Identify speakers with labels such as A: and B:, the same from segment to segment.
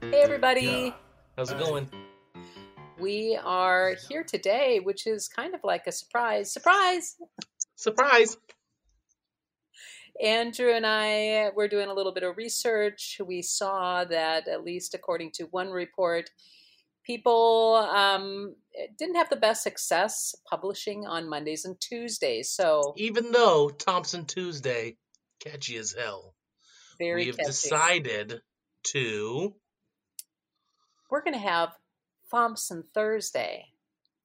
A: Hey, everybody.
B: How's it going?
A: We are here today, which is kind of like a surprise. Surprise!
B: Surprise!
A: Andrew and I were doing a little bit of research. We saw that, at least according to one report, people um, didn't have the best success publishing on Mondays and Tuesdays. So,
B: Even though Thompson Tuesday, catchy as hell,
A: very
B: we have
A: catchy.
B: decided to.
A: we're going to have Thompson Thursday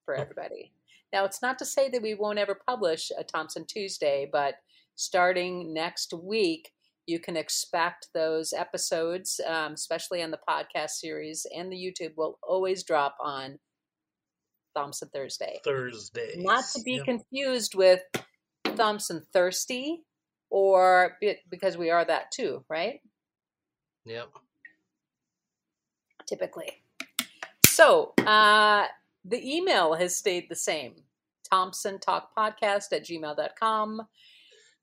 A: for everybody. Now, it's not to say that we won't ever publish a Thompson Tuesday, but starting next week, you can expect those episodes, um, especially on the podcast series and the YouTube, will always drop on Thompson Thursday.
B: Thursday.
A: Not to be confused with Thompson Thirsty, or be- because we are that too, right?
B: Yep.
A: typically. So uh, the email has stayed the same Thompson Talk Podcast at gmail.com.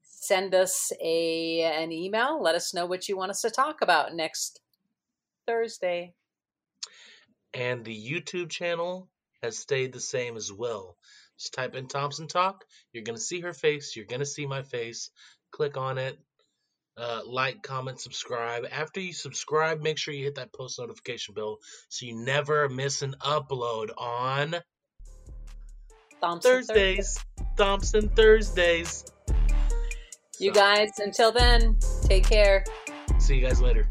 A: Send us a an email. Let us know what you want us to talk about next Thursday.
B: And the YouTube channel has stayed the same as well. Just type in Thompson Talk. You're going to see her face. You're going to see my face. Click on it. Uh, like, comment, subscribe. After you subscribe, make sure you hit that post notification bell so you never miss an upload on
A: Thompson
B: Thursdays. Thompson Thursdays.
A: You
B: So,
A: guys, until then, take care.
B: See you guys later.